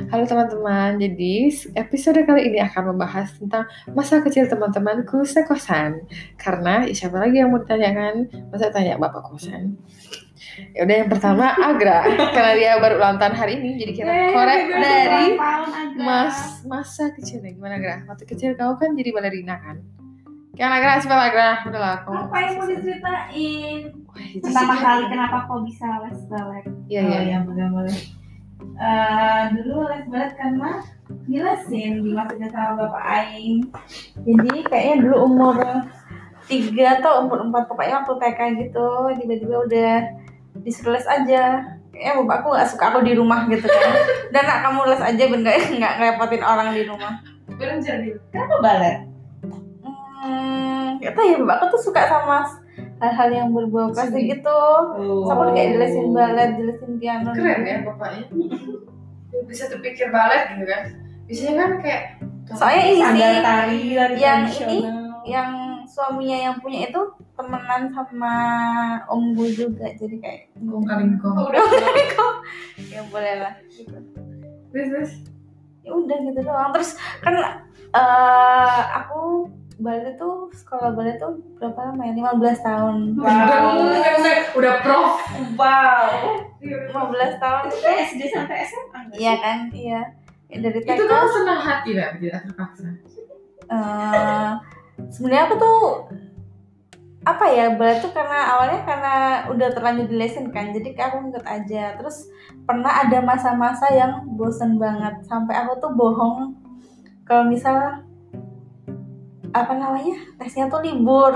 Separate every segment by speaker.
Speaker 1: teman-teman. Jadi, episode kali ini akan membahas tentang masa kecil teman-temanku sekosan. Karena ya, siapa lagi yang mau ditanyakan? Masa tanya bapak kosan? Ya udah yang pertama Agra karena dia baru ulang tahun hari ini jadi kita
Speaker 2: Yeay,
Speaker 1: korek
Speaker 2: gue
Speaker 1: dari
Speaker 2: ulang tahun, Agra.
Speaker 1: mas masa kecilnya gimana Agra? Waktu kecil kau kan jadi balerina kan? Kan Agra siapa Agra? Udah lah kau.
Speaker 2: apa yang mau diceritain
Speaker 1: Wah, itu sih
Speaker 2: pertama
Speaker 1: dia.
Speaker 2: kali kenapa kok bisa les ballet
Speaker 1: Iya
Speaker 2: Oh,
Speaker 1: iya.
Speaker 2: ya boleh boleh Eh, dulu les ballet karena dilesin dimasukin sama bapak Aing jadi kayaknya dulu umur tiga atau umur empat pokoknya waktu TK gitu tiba-tiba udah disuruh les aja kayaknya bapakku nggak suka aku di rumah gitu kan dan nak kamu les aja benda nggak ngerepotin orang di rumah
Speaker 3: Kenapa balet?
Speaker 2: Hmm, gak tau ya bapakku tuh suka sama hal-hal yang berbau pasti
Speaker 1: Seni.
Speaker 2: gitu. Sama kayak
Speaker 3: Oh.
Speaker 2: dilesin balet, dilesin piano.
Speaker 1: Oh.
Speaker 2: gitu.
Speaker 1: keren ya bapaknya bisa terpikir balet gitu kan biasanya kan kayak
Speaker 2: Soalnya ini
Speaker 3: Sandal
Speaker 2: sih
Speaker 3: tari tari
Speaker 2: yang
Speaker 3: tradisional.
Speaker 2: yang suaminya yang punya itu temenan sama Om Gu juga jadi kayak
Speaker 1: kong kaling kong
Speaker 2: udah ya boleh lah gitu.
Speaker 1: terus terus
Speaker 2: ya udah gitu doang terus kan eh, aku balet itu sekolah balet tuh berapa lama ya 15 tahun
Speaker 3: Wow.
Speaker 1: udah udah udah prof
Speaker 3: Wow.
Speaker 2: 15 tahun
Speaker 3: Itu kan SD sampai SMA. nggak
Speaker 2: iya
Speaker 3: sih?
Speaker 2: kan iya Ya, dari TK
Speaker 1: itu kan kamu senang hati lah tidak terpaksa
Speaker 2: eh sebenarnya aku tuh apa ya balet tuh karena awalnya karena udah terlanjur di lesson kan jadi kayak aku ngikut aja terus pernah ada masa-masa yang bosen banget sampai aku tuh bohong kalau misal apa namanya tesnya tuh libur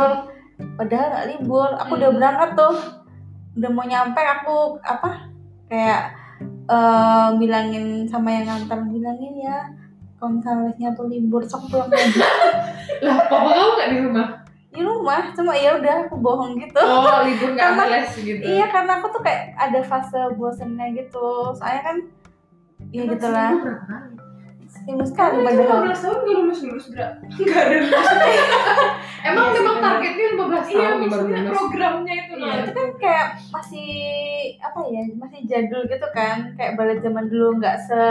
Speaker 2: padahal nggak libur aku udah berangkat tuh udah mau nyampe aku apa kayak eh, bilangin sama yang ngantar bilangin ya kalau misalnya tesnya tuh libur sok pulang aja
Speaker 1: lah papa kamu nggak di rumah
Speaker 2: di Iya, rumah cuma ya udah aku bohong gitu
Speaker 1: oh libur nggak
Speaker 2: Karena-
Speaker 1: les gitu
Speaker 2: iya karena aku tuh kayak ada fase bosennya gitu soalnya kan ya
Speaker 1: Emang
Speaker 2: gitulah
Speaker 1: seminggu berapa kali?
Speaker 2: seminggu sekali padahal
Speaker 3: tahun gak lulus lulus gerak. Gak ada lulus.
Speaker 1: emang
Speaker 3: Iya,
Speaker 1: memang
Speaker 3: sih,
Speaker 1: targetnya 15 tahun baru
Speaker 3: maksudnya
Speaker 1: lulus
Speaker 3: programnya itu
Speaker 1: Iya.
Speaker 3: loh.
Speaker 2: itu kan kayak masih apa ya masih jadul gitu kan kayak balet zaman dulu nggak se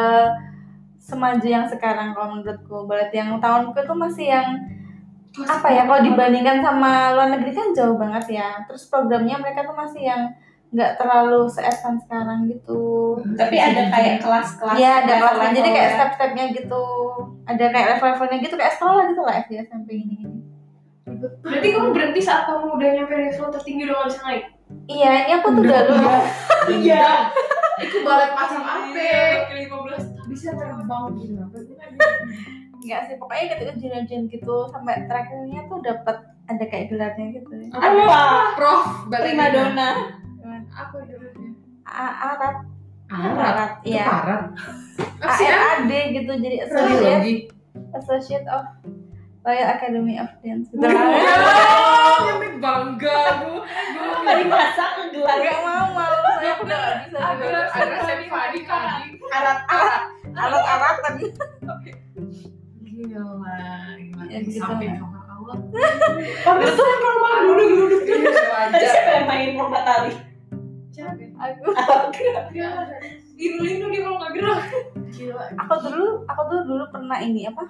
Speaker 2: semaju yang sekarang kalau menurutku balet yang tahunku itu masih yang apa ya kalau dibandingkan sama luar negeri kan jauh banget ya terus programnya mereka tuh masih yang nggak terlalu se advance sekarang gitu
Speaker 3: Tapi ada kayak kelas-kelas.
Speaker 2: Iya ada
Speaker 3: level-level
Speaker 2: kelasnya jadi kayak
Speaker 3: ya.
Speaker 2: step-stepnya gitu ada kayak level-levelnya gitu kayak sekolah gitu lah SD SMP ini
Speaker 3: Berarti kamu berhenti saat kamu udah nyampe level tertinggi udah gak bisa naik.
Speaker 2: iya ini aku tuh udah lulus
Speaker 3: Iya.
Speaker 1: itu balet pasang ape
Speaker 3: Kali 15
Speaker 1: bisa terbang gitu
Speaker 2: nggak sih pokoknya ketika ujian-ujian gitu sampai terakhirnya tuh dapat ada kayak gelarnya gitu ya.
Speaker 3: Apa?
Speaker 1: prof balerina
Speaker 3: Prima donna.
Speaker 1: apa judulnya
Speaker 2: A- Arat
Speaker 1: arat itu
Speaker 2: iya
Speaker 1: arat apa sih Arat?
Speaker 2: ARAD gitu jadi associate
Speaker 1: radiologi
Speaker 2: associate of Royal Academy of Dance gitu lah
Speaker 1: Wow, bangga bu.
Speaker 3: Apa dipasang ke gelas?
Speaker 2: nggak mau mau saya udah nggak bisa
Speaker 1: Ada ada Sefadi kali. Arat
Speaker 2: arat-arat
Speaker 1: Gila, gila.
Speaker 2: Ya,
Speaker 1: Di
Speaker 2: gitu.
Speaker 1: samping kamar Allah.
Speaker 3: Kamu tuh
Speaker 1: kan
Speaker 3: yang kalau malam dulu dulu dulu.
Speaker 1: Iya, wajar.
Speaker 3: Siapa yang main lomba tali?
Speaker 2: aku
Speaker 3: Atau
Speaker 1: Lindung dia Iya. kalau nggak gerak. Gila.
Speaker 2: aku tuh dulu aku tuh dulu pernah ini apa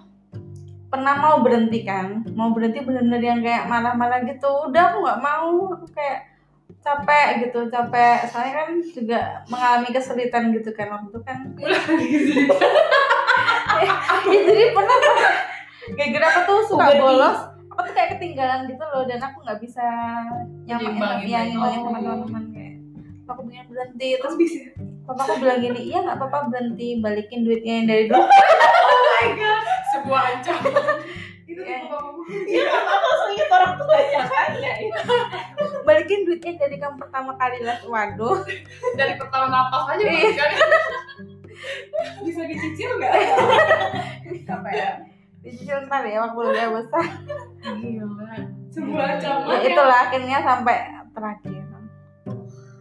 Speaker 2: pernah mau berhenti kan mau berhenti bener-bener yang kayak marah-marah gitu udah aku nggak mau aku kayak capek gitu capek soalnya kan juga mengalami kesulitan gitu kan waktu itu kan ya jadi pernah gara-gara aku tuh suka
Speaker 3: Puberti.
Speaker 2: bolos aku tuh kayak ketinggalan gitu loh dan aku nggak bisa yang
Speaker 1: Nyimbangin
Speaker 2: yang
Speaker 1: lagi.
Speaker 2: nyimbangin
Speaker 1: Oh.
Speaker 2: teman-teman kayak aku pengen berhenti terus
Speaker 3: Terus bisa.
Speaker 2: papa aku bilang gini iya nggak apa-apa berhenti balikin duitnya yang dari dulu
Speaker 1: Sebuah ancaman. Eh. Itu
Speaker 2: tuh
Speaker 1: tipe kamu.
Speaker 3: Iya, aku langsung inget orang tuanya kan ya.
Speaker 2: balikin duitnya dari kamu pertama kali les waduh
Speaker 1: Dari pertama napas aja
Speaker 2: Iya.
Speaker 1: Bang, kan?
Speaker 3: Bisa dicicil nggak?
Speaker 2: apa ya dicicil ntar ya waktu udah besar
Speaker 1: Gila.
Speaker 3: Sebuah
Speaker 2: ya
Speaker 3: ancaman.
Speaker 2: itulah akhirnya sampai terakhir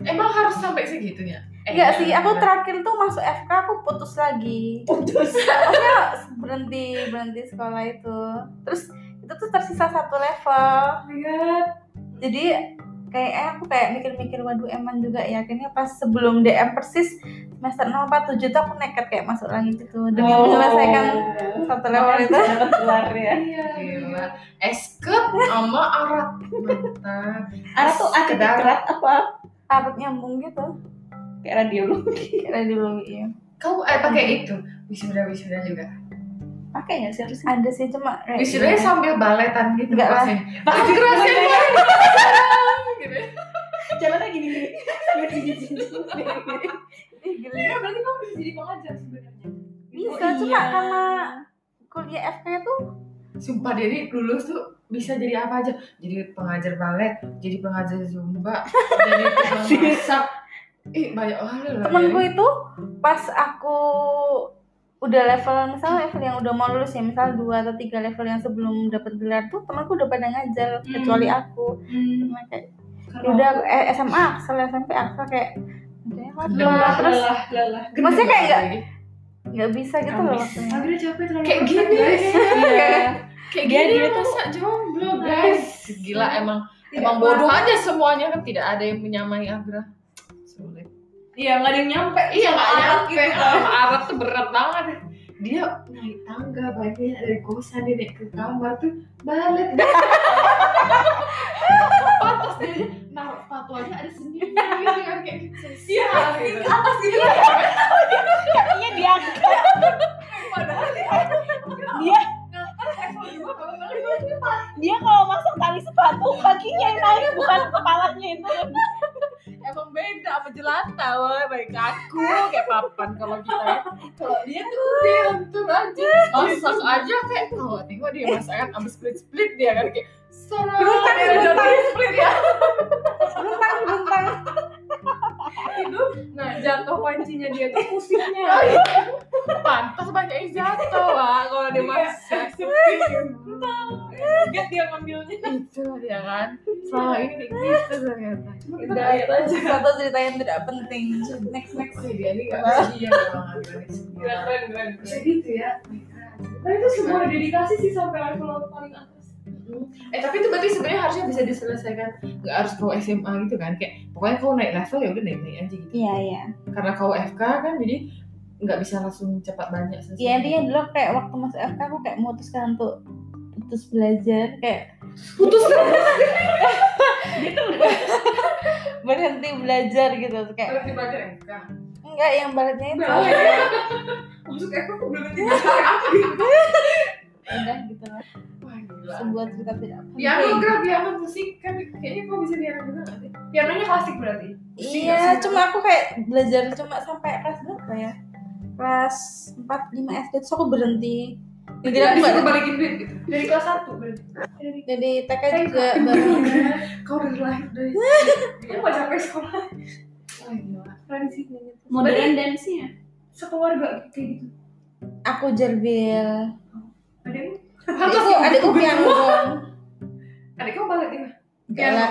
Speaker 1: Emang harus sampai segitunya? Eh,
Speaker 2: enggak sih
Speaker 3: iya,
Speaker 2: aku terakhir tuh masuk FK aku putus lagi
Speaker 3: Putus.
Speaker 2: maksudnya berhenti berhenti sekolah itu terus itu tuh tersisa satu level jadi kayak eh, aku kayak mikir-mikir waduh emang juga ya akhirnya pas sebelum DM persis master 0 4 7 tuh aku nekat kayak masuk lagi gitu demi menyelesaikan satu level itu
Speaker 4: dapat gelar ya
Speaker 3: Iya.
Speaker 1: Gila. Esket sama arat. Mantap.
Speaker 4: ada tuh ada
Speaker 1: Sekedar.
Speaker 4: gelar apa
Speaker 2: takut nyambung gitu
Speaker 4: kayak radiolog
Speaker 2: kira dulu iya
Speaker 1: Kamu eh, pakai itu wisuda wisuda juga.
Speaker 4: pakai nggak sih harusnya
Speaker 2: ada sih cuma Iya.
Speaker 3: Eh, iya.
Speaker 1: Wisudanya sambil baletan gitu
Speaker 2: Enggak lah.
Speaker 1: pasti. Baju kerasnya gitu.
Speaker 4: jalannya gini gini sambil gini gini
Speaker 2: Ih, gila.
Speaker 3: Iya, berarti kamu bisa jadi pengajar sebenarnya.
Speaker 2: bisa
Speaker 4: Oh,
Speaker 2: cuma
Speaker 4: iya.
Speaker 2: karena kuliah FK tuh
Speaker 1: Sumpah Dedi lulus tuh bisa jadi apa aja. Jadi pengajar balet, jadi pengajar zumba, jadi tukang masak. Ih banyak hal loh. ya.
Speaker 2: temanku
Speaker 3: iya.
Speaker 1: Dedi.
Speaker 2: itu pas aku udah level misalnya level yang udah mau lulus ya misal dua atau tiga level yang sebelum dapat gelar tuh temanku udah pada ngajar
Speaker 3: Hmm.
Speaker 2: kecuali aku
Speaker 3: Hmm.
Speaker 2: cuma kayak ya udah eh, SMA aksel SMP aksel kayak udah
Speaker 1: Lelah,
Speaker 2: lelah terus
Speaker 4: lelah lelah
Speaker 1: Gendut
Speaker 2: maksudnya kayak
Speaker 1: banget, Dedi.
Speaker 2: nggak bisa gitu loh
Speaker 4: Ambis.
Speaker 2: waktunya
Speaker 3: Aduh, udah capek terlalu
Speaker 1: Kayak gini.
Speaker 3: maksa,
Speaker 1: ya.
Speaker 3: guys.
Speaker 4: iya
Speaker 1: Kayak
Speaker 4: Dia-
Speaker 1: gini
Speaker 4: dia tuh-
Speaker 1: masa jomblo
Speaker 3: Nice.
Speaker 1: guys. Gila emang
Speaker 3: Tidak
Speaker 1: emang bodoh
Speaker 3: apa-apa.
Speaker 1: aja semuanya kan tidak ada yang menyamai Agra. Sulit.
Speaker 3: Iya, nggak ada yang nyampe.
Speaker 1: Iya nggak
Speaker 3: sama alat
Speaker 1: nyampe
Speaker 3: gitu kan.
Speaker 1: sama Arab tuh berat banget Dia naik tangga bagian dari kosan dia naik ke kamar tuh Balet Pantas dia aja naruh fatwanya ada sendiri gitu kan kayak
Speaker 3: Iya,
Speaker 1: sosial gitu
Speaker 3: ke atas gitu.
Speaker 4: iya dia
Speaker 3: Padahal dia
Speaker 4: Dia-
Speaker 1: Nah,
Speaker 3: ngangkat level dua, kalau nggak level dua.
Speaker 4: dia kalau masuk tali sepatu kakinya yang naik bukan kepalanya itu
Speaker 1: Emang beda sama jelata wah baik aku kayak papan kalau kita ya. Kalau dia tuh dia hancur aja Masak aja kayak kalau tengok dia masakan ambil split-split dia kan kayak Serang
Speaker 3: Gelutan, gelutan.
Speaker 1: split ya
Speaker 2: luntang luntang
Speaker 3: itu nah jatuh pancinya dia tuh pusingnya
Speaker 1: Oh, iya. Pantas banyak yang jatuh lah kalau dia masak.
Speaker 4: Gak dia ngambilnya
Speaker 1: Itu ya kan. Selama ini kayak gitu ternyata.
Speaker 3: Cuma kita
Speaker 2: udah
Speaker 3: kaget aja
Speaker 2: satu cerita yang tidak penting next next
Speaker 1: Sih dia ini gak dia banget.
Speaker 4: keren keren keren
Speaker 3: Iya, bisa gitu ya tapi itu semua udah dedikasi sih sampai level paling atas
Speaker 1: Eh tapi itu berarti sebenarnya harusnya bisa diselesaikan nggak harus kau SMA gitu kan kayak pokoknya kau naik level ya udah naik naik aja gitu
Speaker 2: iya iya
Speaker 1: karena kau FK kan jadi nggak bisa langsung cepat banyak selesai.
Speaker 2: ya intinya dulu kayak waktu masuk FK aku kayak memutuskan untuk putus belajar kayak
Speaker 1: putus
Speaker 4: gitu udah
Speaker 2: berhenti belajar gitu kayak
Speaker 3: berhenti belajar MK
Speaker 2: enggak yang baliknya itu
Speaker 3: masuk aku aku berhenti belajar apa
Speaker 2: udah gitu lah
Speaker 1: Wah gila.
Speaker 2: sebuah cerita tidak
Speaker 3: piano
Speaker 2: penting
Speaker 3: gerak piano musik kan kayaknya kok bisa piano juga nggak sih pianonya klasik berarti
Speaker 2: iya cuma aku kayak belajar cuma sampai kelas berapa ya kelas 4 5 SD terus aku berhenti jadi aku
Speaker 3: Disuruh
Speaker 2: nggak-
Speaker 3: balikin duit gitu dari kelas satu berarti dari
Speaker 2: jadi TK
Speaker 3: Eh,
Speaker 2: juga
Speaker 3: makin
Speaker 2: baru
Speaker 3: gila. kau udah lahir dari kamu gak capek sekolah Oh,
Speaker 1: Wah,
Speaker 3: iya.
Speaker 1: gila.
Speaker 3: tradisi gitu.
Speaker 4: modern dance nya
Speaker 3: sekeluarga kayak gitu
Speaker 2: aku jerbil
Speaker 3: ada yang
Speaker 2: adikku adikku piano dong
Speaker 3: ada ya. kamu balet ini
Speaker 2: Enggak lah.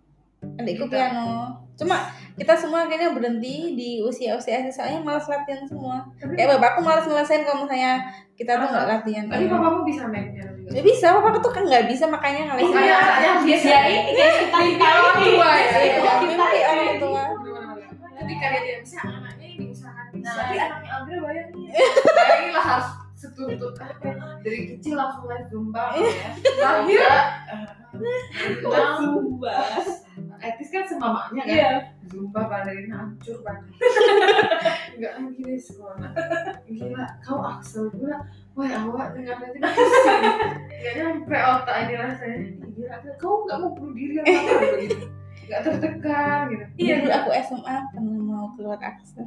Speaker 2: adikku piano cuma kita semua akhirnya berhenti di usia usia soalnya malas latihan semua
Speaker 3: tapi
Speaker 2: kayak bapakku malas ngelesain kalau misalnya kita tuh nggak latihan
Speaker 3: tapi papamu bisa main piano juga
Speaker 2: Ya bisa, bapak tuh kan nggak bisa makanya
Speaker 3: Oh,
Speaker 2: ngelesain
Speaker 3: iya,
Speaker 4: dia
Speaker 3: iya,
Speaker 4: ini kayak
Speaker 3: bisa.
Speaker 4: kita kita
Speaker 3: Orang
Speaker 4: ini
Speaker 3: tua ya.
Speaker 4: Iya,
Speaker 2: Iya,
Speaker 4: kita
Speaker 2: mimpi
Speaker 4: ini.
Speaker 2: orang tua. Iya,
Speaker 3: ketika dia tidak bisa anaknya ini diusahakan bisa
Speaker 4: Nah.
Speaker 3: tapi anaknya Agra bayangin ya. bayangin lah harus setuntut apa ya. dari kecil langsung les zumba ya lahir langsung
Speaker 4: Zumba.
Speaker 1: Etis kan semamanya kan.
Speaker 4: Iya.
Speaker 1: Zumba balerina hancur banget. Enggak lagi deh sekolah. Gila, kau aksel pula. Wah, awak dengar nanti pusing. Enggak nyampe otak ini rasanya. Ih, Gila, kau enggak mau bunuh diri apa gitu. Enggak tertekan gitu.
Speaker 2: Iya, dulu aku SMA pernah mau keluar akses.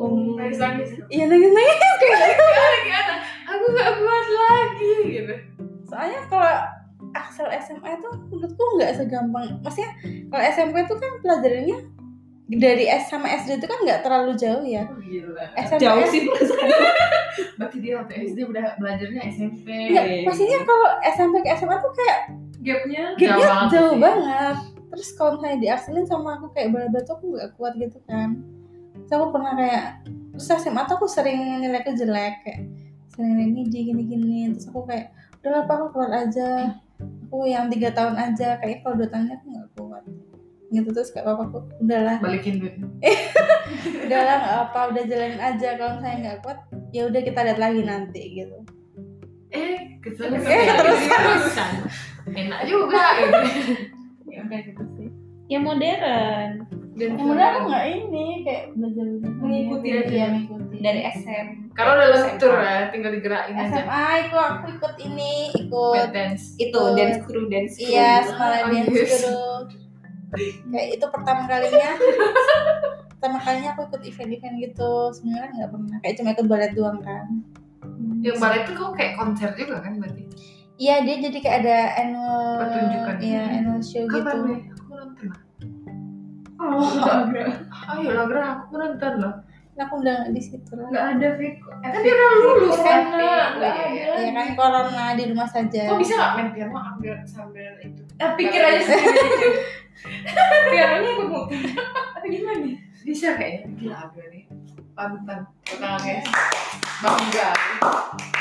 Speaker 1: Oh, nangis nangis.
Speaker 2: Iya nangis nangis.
Speaker 1: Aku enggak kuat lagi gitu.
Speaker 2: Soalnya kalau Axel SMA itu menurutku nggak segampang. Maksudnya kalau SMP itu kan pelajarannya dari S sama SD itu kan nggak terlalu jauh ya.
Speaker 1: Oh, Gila.
Speaker 2: SMP
Speaker 4: jauh Iya, gitu sih perasaan
Speaker 1: Berarti dia waktu SD udah belajarnya SMP.
Speaker 2: Nggak, Iya, maksudnya kalau SMP ke SMA tuh kayak
Speaker 3: gapnya
Speaker 2: gapnya
Speaker 1: banget
Speaker 2: jauh
Speaker 1: sih.
Speaker 2: banget. Terus kalau misalnya diakselin sama aku kayak bala tuh aku nggak kuat gitu kan. Terus aku pernah kayak terus SMA tuh aku sering nilai ke jelek kayak sering nilai midi gini-gini. Terus aku kayak udah lah Pak, aku keluar aja. Aku yang tiga tahun aja kayak kalau dua tahunnya aku nggak kuat. Gitu terus kayak papaku udahlah
Speaker 1: Balikin duit.
Speaker 2: udah lah nggak apa udah jalanin aja kalau misalnya nggak kuat ya udah kita lihat lagi nanti gitu
Speaker 3: eh kesel
Speaker 2: Eh, terus- Nah,
Speaker 3: terusan enak juga gitu
Speaker 2: ya udah gitu sih
Speaker 4: yang Ya, modern
Speaker 3: dan
Speaker 2: yang mudah aku nggak ini kayak belajar
Speaker 3: Mengikuti aja.
Speaker 2: ya mengikuti
Speaker 4: dari SM
Speaker 3: karena udah lentur ya tinggal digerakin aja
Speaker 2: SMA ikut aku ikut ini ikut
Speaker 3: Bad dance
Speaker 4: itu Gitu,
Speaker 5: Oh.
Speaker 4: dance crew dance crew
Speaker 2: Iya, sekolah
Speaker 3: Oh,
Speaker 2: dance
Speaker 3: yes.
Speaker 2: guru. Kayak itu pertama kalinya. pertama kalinya aku ikut event-event gitu. Sebenarnya nggak pernah. Kayak cuma ikut balet doang kan. Hmm.
Speaker 3: yang balet tuh kok kayak konser juga kan berarti
Speaker 2: Iya, dia jadi kayak ada annual
Speaker 3: Pertunjukan.
Speaker 2: Iya, annual show
Speaker 3: kapan
Speaker 2: gitu.
Speaker 3: deh aku nonton lah oh lagra ayo lagra iya aku nonton loh
Speaker 2: Nah, aku udah nggak di situ lah.
Speaker 3: nggak ada Vico tapi udah lulus kan nggak ada
Speaker 2: Iya kan corona di rumah saja.
Speaker 3: kok bisa nggak main piano ambil sambil itu
Speaker 5: Eh, pikir aja sendiri. Pianonya ikut muter. Tapi gimana?
Speaker 3: bisa kayaknya gila Agra nih pantan tangan guys bangga